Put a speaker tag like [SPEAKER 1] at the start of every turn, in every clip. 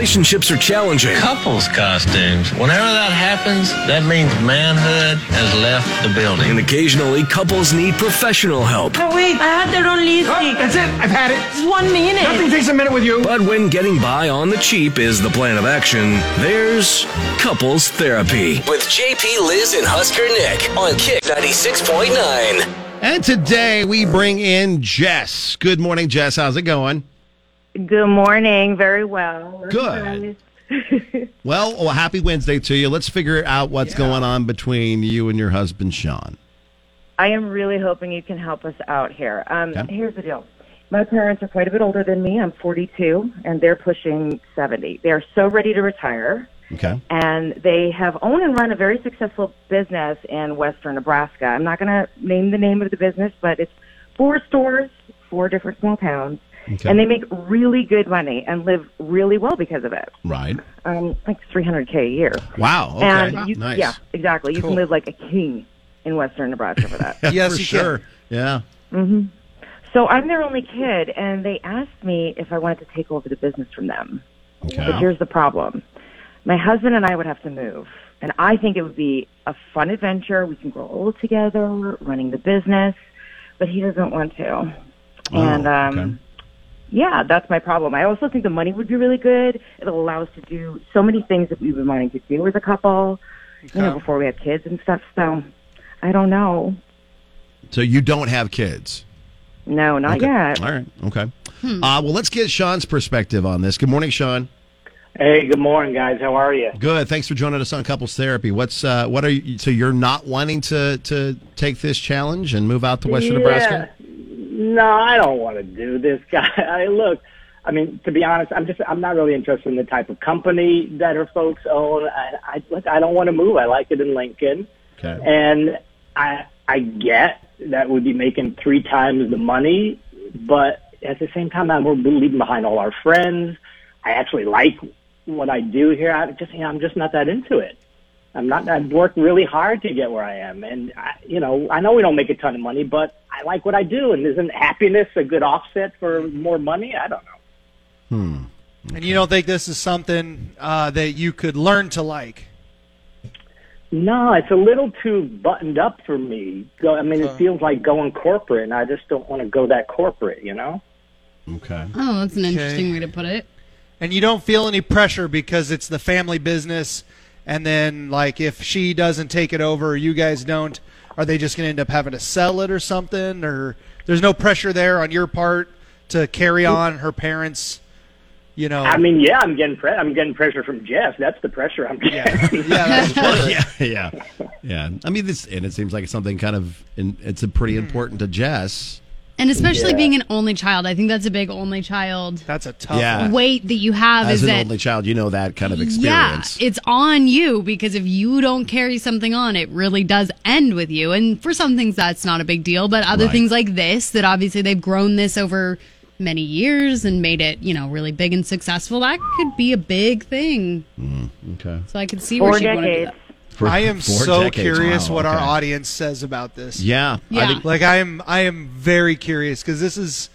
[SPEAKER 1] relationships are challenging.
[SPEAKER 2] Couples costumes. Whenever that happens, that means manhood has left the building.
[SPEAKER 1] And occasionally, couples need professional help.
[SPEAKER 3] Oh, wait, I had the wrong lipstick.
[SPEAKER 4] Oh, that's it. I've had it.
[SPEAKER 3] It's one minute.
[SPEAKER 4] Nothing takes a minute with you.
[SPEAKER 1] But when getting by on the cheap is the plan of action, there's couples therapy.
[SPEAKER 5] With JP, Liz, and Husker Nick on Kick 96.9.
[SPEAKER 6] And today we bring in Jess. Good morning, Jess. How's it going?
[SPEAKER 7] Good morning. Very well.
[SPEAKER 6] Good. Well, well happy Wednesday to you. Let's figure out what's going on between you and your husband, Sean.
[SPEAKER 7] I am really hoping you can help us out here. Um,
[SPEAKER 6] Okay.
[SPEAKER 7] Here's the deal. My parents are quite a bit older than me. I'm 42, and they're pushing 70. They are so ready to retire,
[SPEAKER 6] Okay.
[SPEAKER 7] and they have owned and run a very successful business in western Nebraska. I'm not going to name the name of the business, but it's four stores, four different small towns,
[SPEAKER 6] Okay.
[SPEAKER 7] and they make really good money and live really well because of it.
[SPEAKER 6] Right.
[SPEAKER 7] Um, like 300k a year.
[SPEAKER 6] Wow. Okay.
[SPEAKER 7] And you,
[SPEAKER 6] nice.
[SPEAKER 7] yeah, exactly. You
[SPEAKER 6] Cool.
[SPEAKER 7] can live like a king in Western Nebraska for that.
[SPEAKER 6] yes, for sure. Yeah.
[SPEAKER 7] so I'm their only kid, and they asked me if I wanted to take over the business from them. But
[SPEAKER 6] Okay.
[SPEAKER 7] here's the problem: my husband and I would have to move, and I think it would be a fun adventure. We can grow old together, running the business, but he doesn't want to.
[SPEAKER 6] Oh,
[SPEAKER 7] and um,
[SPEAKER 6] okay.
[SPEAKER 7] yeah, that's my problem. I also think the money would be really good. It'll allow us to do so many things that we've been wanting to do as a couple, you know, before we have kids and stuff. So I don't know.
[SPEAKER 6] So you don't have kids.
[SPEAKER 7] No, not
[SPEAKER 6] Okay.
[SPEAKER 7] yet.
[SPEAKER 6] All right. Okay.
[SPEAKER 7] Hmm.
[SPEAKER 6] Uh, well, let's get Sean's perspective on this. Good morning, Sean.
[SPEAKER 8] Hey, good morning, guys. How are you?
[SPEAKER 6] Good. Thanks for joining us on Couples Therapy. What's uh, what are you? So you're not wanting to to take this challenge and move out to Western Nebraska?
[SPEAKER 8] No, I don't want to do this, guy. I look. I mean, to be honest, I'm just I'm not really interested in the type of company that her folks own. I, I look, I don't want to move. I like it in Lincoln,
[SPEAKER 6] Okay.
[SPEAKER 8] and I I get that we'd be making three times the money, but at the same time, I'm we're leaving behind all our friends. I actually like what I do here. I just you know, I'm just not that into it. I'm not. I've worked really hard to get where I am, and I, you know, I know we don't make a ton of money, but I like what I do, and isn't happiness a good offset for more money? I don't know.
[SPEAKER 9] And you don't think this is something uh, that you could learn to like?
[SPEAKER 8] No, it's a little too buttoned up for me. Go- I mean, it feels like going corporate, and I just don't want to go that corporate. You know?
[SPEAKER 6] Okay.
[SPEAKER 10] Oh, that's an
[SPEAKER 9] interesting
[SPEAKER 10] way to put it.
[SPEAKER 9] And you don't feel any pressure because it's the family business. And then, like, if she doesn't take it over, or you guys don't, are they just going to end up having to sell it or something? Or there's no pressure there on your part to carry on her parents, you know?
[SPEAKER 8] I mean, yeah, I'm getting pre- I'm getting pressure from Jeff. That's the pressure I'm getting.
[SPEAKER 9] yeah, that's true.
[SPEAKER 6] yeah, yeah, yeah. I mean, this, and it seems like it's something kind of, and it's a pretty
[SPEAKER 7] Hmm.
[SPEAKER 6] important to Jess.
[SPEAKER 10] And especially
[SPEAKER 8] Yeah.
[SPEAKER 10] being an only child, I think that's a big only child
[SPEAKER 9] That's a tough
[SPEAKER 6] Yeah.
[SPEAKER 9] one.
[SPEAKER 10] weight that you have
[SPEAKER 6] Uh, As
[SPEAKER 10] is
[SPEAKER 6] an
[SPEAKER 10] that
[SPEAKER 6] only child, you know that kind of
[SPEAKER 10] yeah,
[SPEAKER 6] experience.
[SPEAKER 10] it's on you because if you don't carry something on, it really does end with you. And for some things, that's not a big deal, but other
[SPEAKER 6] Right.
[SPEAKER 10] things like this, that obviously they've grown this over many years and made it, you know, really big and successful. That could be a big thing.
[SPEAKER 6] okay.
[SPEAKER 10] So I could see where
[SPEAKER 7] Four
[SPEAKER 10] she'd want to do
[SPEAKER 7] decades.
[SPEAKER 10] that.
[SPEAKER 6] For
[SPEAKER 9] I am
[SPEAKER 6] four
[SPEAKER 9] so
[SPEAKER 6] decades.
[SPEAKER 9] curious
[SPEAKER 6] Wow,
[SPEAKER 9] what our
[SPEAKER 6] okay.
[SPEAKER 9] audience says about this.
[SPEAKER 6] Yeah.
[SPEAKER 10] Yeah.
[SPEAKER 6] I think,
[SPEAKER 9] Like I am, I am very curious because this is,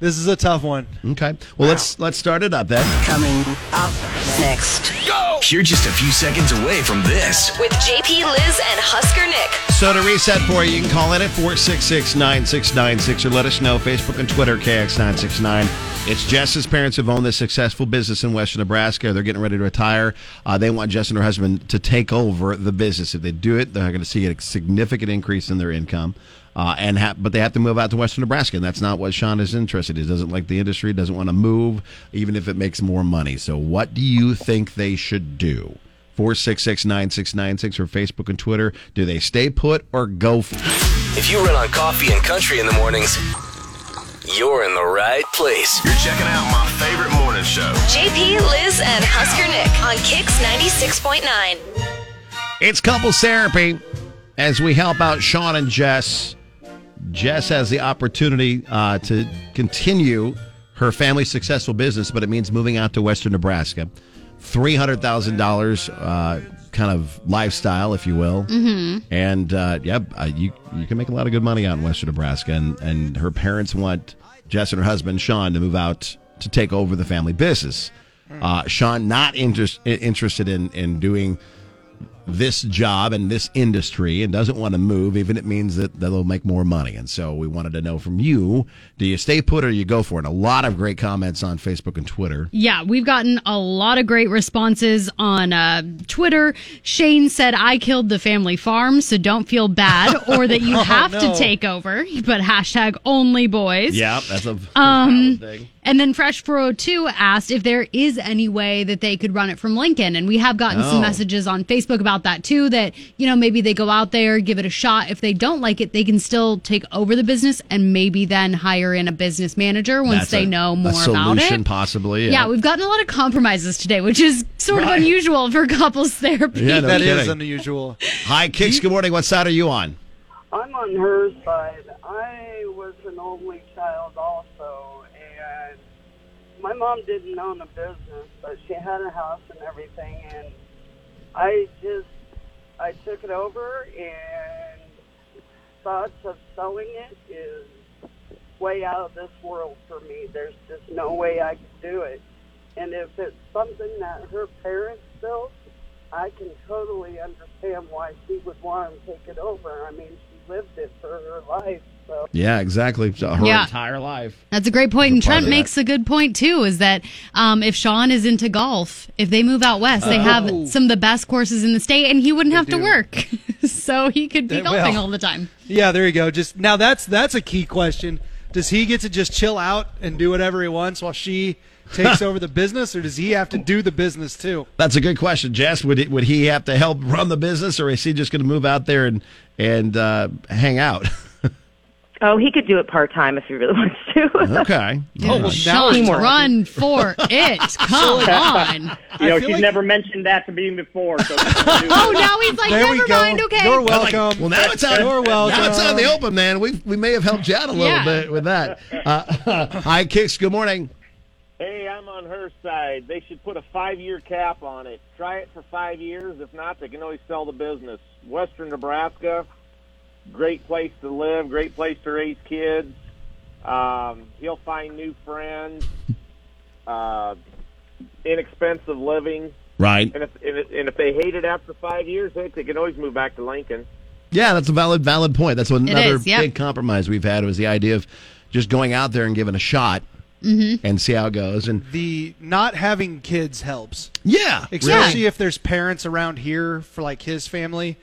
[SPEAKER 9] this is a tough one.
[SPEAKER 6] okay. Well, let's let's start it up then.
[SPEAKER 3] Coming up next.
[SPEAKER 1] You're just a few seconds away from this.
[SPEAKER 11] With JP, Liz, and Husker Nick.
[SPEAKER 6] So to reset for you, you can call in at 466-9696 or let us know Facebook and Twitter KX969. It's Jess's parents have owned this successful business in Western Nebraska. They're getting ready to retire. Uh, they want Jess and her husband to take over the business. If they do it, they're going to see a significant increase in their income. Uh, and ha- but they have to move out to Western Nebraska, and that's not what Sean is interested in. He doesn't like the industry, doesn't want to move, even if it makes more money. So, what do you think they should do? 466-9696 or Facebook and Twitter. Do they stay put or go? F-
[SPEAKER 5] If you run on coffee and country in the mornings, you're in the right place.
[SPEAKER 1] You're checking out my favorite morning show.
[SPEAKER 11] JP, Liz, and Husker Nick on Kicks 96.9.
[SPEAKER 6] it's couples therapy as we help out Sean and Jess. Jess has the opportunity uh, to continue her family's successful business, but it means moving out to Western Nebraska. $300,000 uh, kind of lifestyle, if you will. Mm-hmm. And uh, yeah, uh, you, you can make a lot of good money out in Western Nebraska. And, and her parents want Jess and her husband, Sean, to move out to take over the family business. Uh, Sean not interest, i- interested in in doing this job and this industry and doesn't want to move, even it means that they'll make more money. And so we wanted to know from you: Do you stay put or you go for it? And a lot of great comments on Facebook and Twitter.
[SPEAKER 10] Yeah, we've gotten a lot of great responses on uh, Twitter. Shane said, I killed the family farm, so don't feel bad or that you
[SPEAKER 12] Oh,
[SPEAKER 10] have
[SPEAKER 12] no.
[SPEAKER 10] to take over. He put hashtag only boys.
[SPEAKER 6] Yeah, that's a
[SPEAKER 10] Um, and then Fresh 402 asked if there is any way that they could run it from Lincoln. And we have gotten
[SPEAKER 6] Oh.
[SPEAKER 10] some messages on Facebook about that too, that, you know, maybe they go out there, give it a shot. If they don't like it, they can still take over the business and maybe then hire in a business manager once
[SPEAKER 6] That's
[SPEAKER 10] they
[SPEAKER 6] a-
[SPEAKER 10] know
[SPEAKER 6] a
[SPEAKER 10] more about
[SPEAKER 6] solution,
[SPEAKER 10] it.
[SPEAKER 6] possibly.
[SPEAKER 10] Yeah. we've gotten a lot of compromises today, which is sort of
[SPEAKER 6] Right.
[SPEAKER 10] unusual for couples therapy.
[SPEAKER 6] Yeah, no
[SPEAKER 9] That is
[SPEAKER 6] kidding.
[SPEAKER 9] unusual.
[SPEAKER 6] Hi, Kicks. Good morning. What side are you on?
[SPEAKER 13] I'm on her side. I was an only child also, and my mom didn't own a business, but she had a house and everything, and I just I took it over, and thoughts of selling it is way out of this world for me. There's just no way I could do it, and if it's something that her parents built. I can totally understand why she would want to take it over. I mean, she lived it for her life, so.
[SPEAKER 6] Yeah, exactly. So her
[SPEAKER 10] Yeah.
[SPEAKER 6] entire life.
[SPEAKER 10] That's a great point. And
[SPEAKER 6] Good part of
[SPEAKER 10] Trent
[SPEAKER 6] that.
[SPEAKER 10] makes a good point too is that um, if Sean is into golf, if they move out west, they
[SPEAKER 9] Oh.
[SPEAKER 10] have some of the best courses in the state and he wouldn't have to work. so he could be
[SPEAKER 9] They
[SPEAKER 10] golfing
[SPEAKER 9] will.
[SPEAKER 10] all the time.
[SPEAKER 9] Yeah, there you go. Just now, that's that's a key question. Does he get to just chill out and do whatever he wants while she takes over the business, or does he have to do the business too?
[SPEAKER 6] That's a good question, Jess. Would it, would he have to help run the business, or is he just going to move out there and and uh, hang out?
[SPEAKER 7] Oh, he could do it part time if he really wants to.
[SPEAKER 6] okay.
[SPEAKER 7] Oh, well,
[SPEAKER 10] Sean, run for it. Come on.
[SPEAKER 14] You
[SPEAKER 10] I
[SPEAKER 14] know,
[SPEAKER 10] feel
[SPEAKER 14] she's
[SPEAKER 10] like-
[SPEAKER 14] never mentioned that to me before. So
[SPEAKER 10] Oh, now he's like,
[SPEAKER 14] There we
[SPEAKER 10] never
[SPEAKER 14] go.
[SPEAKER 10] mind. Okay.
[SPEAKER 14] You're
[SPEAKER 6] I'm like,
[SPEAKER 14] welcome.
[SPEAKER 6] well, now it's out.
[SPEAKER 14] You're
[SPEAKER 6] Now it's out in
[SPEAKER 14] welcome.
[SPEAKER 6] the open, man. We we may have helped you out a little
[SPEAKER 14] Yeah.
[SPEAKER 6] bit with that. Uh, hi, Kicks. Good morning.
[SPEAKER 15] Hey, I'm on her side. They should put a five year cap on it. Try it for five years. If not, they can always sell the business. Western Nebraska, great place to live, great place to raise kids. Um, he'll find new friends. Uh, inexpensive living.
[SPEAKER 6] Right.
[SPEAKER 15] And if, and if and if they hate it after five years, heck, they can always move back to Lincoln.
[SPEAKER 6] Yeah, that's a valid valid point. That's another
[SPEAKER 15] is, yep.
[SPEAKER 6] big compromise we've had was the idea of just going out there and giving a shot
[SPEAKER 9] Mhm.
[SPEAKER 6] and see how it goes. And
[SPEAKER 9] The not having kids helps.
[SPEAKER 6] Yeah,
[SPEAKER 9] especially
[SPEAKER 6] really.
[SPEAKER 9] if there's parents around here for like his family.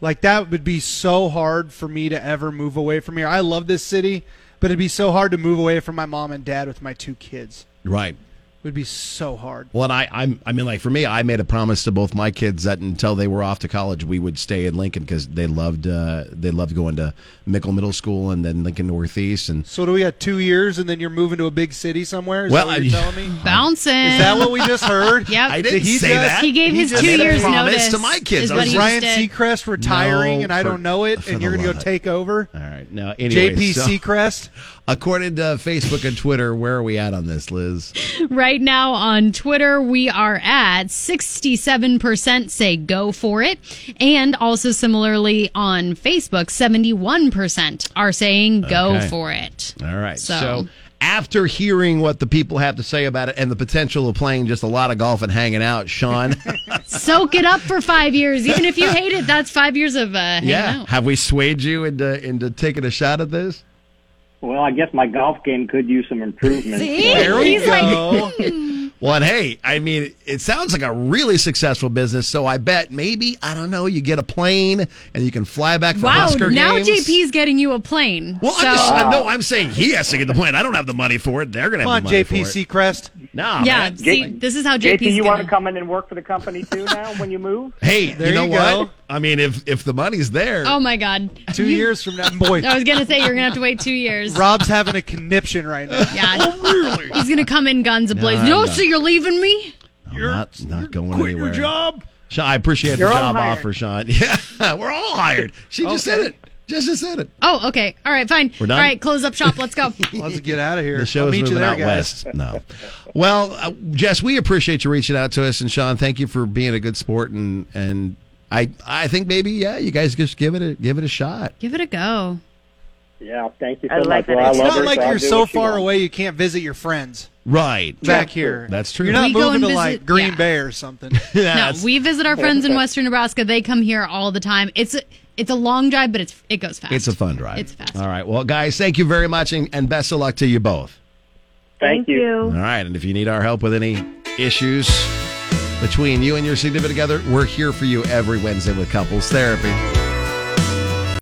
[SPEAKER 9] Like that would be so hard for me to ever move away from here. I love this city, but it'd be so hard to move away from my mom and dad with my two kids.
[SPEAKER 6] right.
[SPEAKER 9] would be so hard.
[SPEAKER 6] Well, and I, I'm, I mean, like for me, I made a promise to both my kids that until they were off to college, we would stay in Lincoln because they loved, uh, they loved going to Mickle Middle School and then Lincoln Northeast, and
[SPEAKER 9] So do we got two years, and then you're moving to a big city somewhere? Is
[SPEAKER 6] Well,
[SPEAKER 9] that what you're
[SPEAKER 6] I-
[SPEAKER 9] telling me?
[SPEAKER 10] Bouncing.
[SPEAKER 9] Is that what we just heard?
[SPEAKER 10] Yep.
[SPEAKER 6] I didn't say that.
[SPEAKER 10] He gave
[SPEAKER 6] He
[SPEAKER 10] his
[SPEAKER 6] just
[SPEAKER 10] two
[SPEAKER 6] made a
[SPEAKER 10] years
[SPEAKER 6] promise
[SPEAKER 10] notice.
[SPEAKER 6] to my kids.
[SPEAKER 10] is
[SPEAKER 6] I
[SPEAKER 10] what
[SPEAKER 6] was
[SPEAKER 10] he
[SPEAKER 6] just
[SPEAKER 10] just
[SPEAKER 9] Ryan
[SPEAKER 10] did.
[SPEAKER 9] Seacrest retiring,
[SPEAKER 6] No,
[SPEAKER 9] and I
[SPEAKER 6] for-
[SPEAKER 9] don't know it,
[SPEAKER 6] for
[SPEAKER 9] and you're
[SPEAKER 6] the
[SPEAKER 9] going to go
[SPEAKER 6] love of-
[SPEAKER 9] take over.
[SPEAKER 6] All right, now anyway,
[SPEAKER 9] JP
[SPEAKER 6] so-
[SPEAKER 9] Seacrest.
[SPEAKER 6] According to Facebook and Twitter, where are we at on this, Liz?
[SPEAKER 10] Right now on Twitter, we are at 67% say go for it. And also similarly on Facebook, 71% are saying go
[SPEAKER 6] Okay.
[SPEAKER 10] for it.
[SPEAKER 6] All right. So.
[SPEAKER 10] So-
[SPEAKER 6] after hearing what the people have to say about it and the potential of playing just a lot of golf and hanging out, Sean,
[SPEAKER 10] Soak it up for five years. Even if you hate it, that's five years of uh, hanging
[SPEAKER 6] yeah,
[SPEAKER 10] out.
[SPEAKER 6] have we swayed you into into taking a shot at this?
[SPEAKER 14] Well, I guess my golf game could use some improvement.
[SPEAKER 10] See?
[SPEAKER 14] There we
[SPEAKER 10] He's like,
[SPEAKER 14] go.
[SPEAKER 6] Well, and hey, I mean, it sounds like a really successful business. So I bet maybe I don't know. You get a plane and you can fly back for
[SPEAKER 10] Wow,
[SPEAKER 6] Oscar
[SPEAKER 10] now
[SPEAKER 6] games.
[SPEAKER 10] JP's getting you a plane.
[SPEAKER 6] Well, I'm
[SPEAKER 10] So-
[SPEAKER 6] just, I, no, I'm saying he has to get the plane. I don't have the money for it. They're gonna
[SPEAKER 9] Come on,
[SPEAKER 6] have the money
[SPEAKER 9] JP
[SPEAKER 6] for it.
[SPEAKER 9] Seacrest.
[SPEAKER 6] Nah,
[SPEAKER 10] Yeah,
[SPEAKER 6] man.
[SPEAKER 10] see, this is how
[SPEAKER 14] JP,
[SPEAKER 10] JP's
[SPEAKER 14] you
[SPEAKER 10] gonna-
[SPEAKER 14] want to come in and work for the company too now when you move?
[SPEAKER 6] Hey,
[SPEAKER 14] There
[SPEAKER 6] you know
[SPEAKER 14] you go.
[SPEAKER 6] what? I mean, if if the money's there,
[SPEAKER 10] Oh my God.
[SPEAKER 9] Two
[SPEAKER 10] You- Oh,
[SPEAKER 9] years from now, boy.
[SPEAKER 10] I was going to say you're going to have to wait two years.
[SPEAKER 9] Rob's having a conniption right now.
[SPEAKER 10] Yeah.
[SPEAKER 6] Oh,
[SPEAKER 10] He's going to come in guns ablaze.
[SPEAKER 6] I'm
[SPEAKER 10] No,
[SPEAKER 6] not.
[SPEAKER 10] so you're leaving me?
[SPEAKER 6] you're not, not going
[SPEAKER 10] quit your
[SPEAKER 6] anywhere. job. Sean, I appreciate
[SPEAKER 10] You're
[SPEAKER 6] the
[SPEAKER 10] all
[SPEAKER 6] job
[SPEAKER 10] hired.
[SPEAKER 6] offer, Sean. Yeah, we're all hired. She just said it. Just just said it.
[SPEAKER 10] Oh, okay. All right, fine.
[SPEAKER 6] We're done?
[SPEAKER 10] All right, close up shop. Let's go.
[SPEAKER 9] Let's get out of here.
[SPEAKER 6] The show
[SPEAKER 9] I'll
[SPEAKER 6] is
[SPEAKER 9] meet
[SPEAKER 6] moving
[SPEAKER 9] you there,
[SPEAKER 6] out
[SPEAKER 9] guys.
[SPEAKER 6] west. No. Well, uh, Jess, we appreciate you reaching out to us, and Sean, thank you for being a good sport, and and I I think maybe yeah, you guys just give it a give it a shot.
[SPEAKER 10] Give it a go.
[SPEAKER 8] Yeah, thank you so
[SPEAKER 9] I
[SPEAKER 8] much.
[SPEAKER 9] like
[SPEAKER 8] Well,
[SPEAKER 9] that. It's
[SPEAKER 8] I love
[SPEAKER 9] not
[SPEAKER 8] her,
[SPEAKER 9] like
[SPEAKER 8] so I'll
[SPEAKER 9] you're
[SPEAKER 8] do
[SPEAKER 9] so
[SPEAKER 8] what she
[SPEAKER 9] far
[SPEAKER 8] wants.
[SPEAKER 9] away you can't visit your friends.
[SPEAKER 6] Right.
[SPEAKER 9] Back here.
[SPEAKER 6] That's true.
[SPEAKER 9] You're not
[SPEAKER 10] We go
[SPEAKER 9] moving
[SPEAKER 10] and
[SPEAKER 9] to
[SPEAKER 10] visit-
[SPEAKER 9] like Green
[SPEAKER 10] yeah.
[SPEAKER 9] Bay or something.
[SPEAKER 10] No, we visit our friends in Western Nebraska. They come here all the time. It's a, it's a long drive, but it's it goes fast.
[SPEAKER 6] It's a fun drive.
[SPEAKER 10] It's fast.
[SPEAKER 6] All right. Well, guys, thank you very much and, and best of luck to you both.
[SPEAKER 10] Thank you.
[SPEAKER 6] All right. And if you need our help with any issues between you and your significant other, we're here for you every Wednesday with Couples Therapy.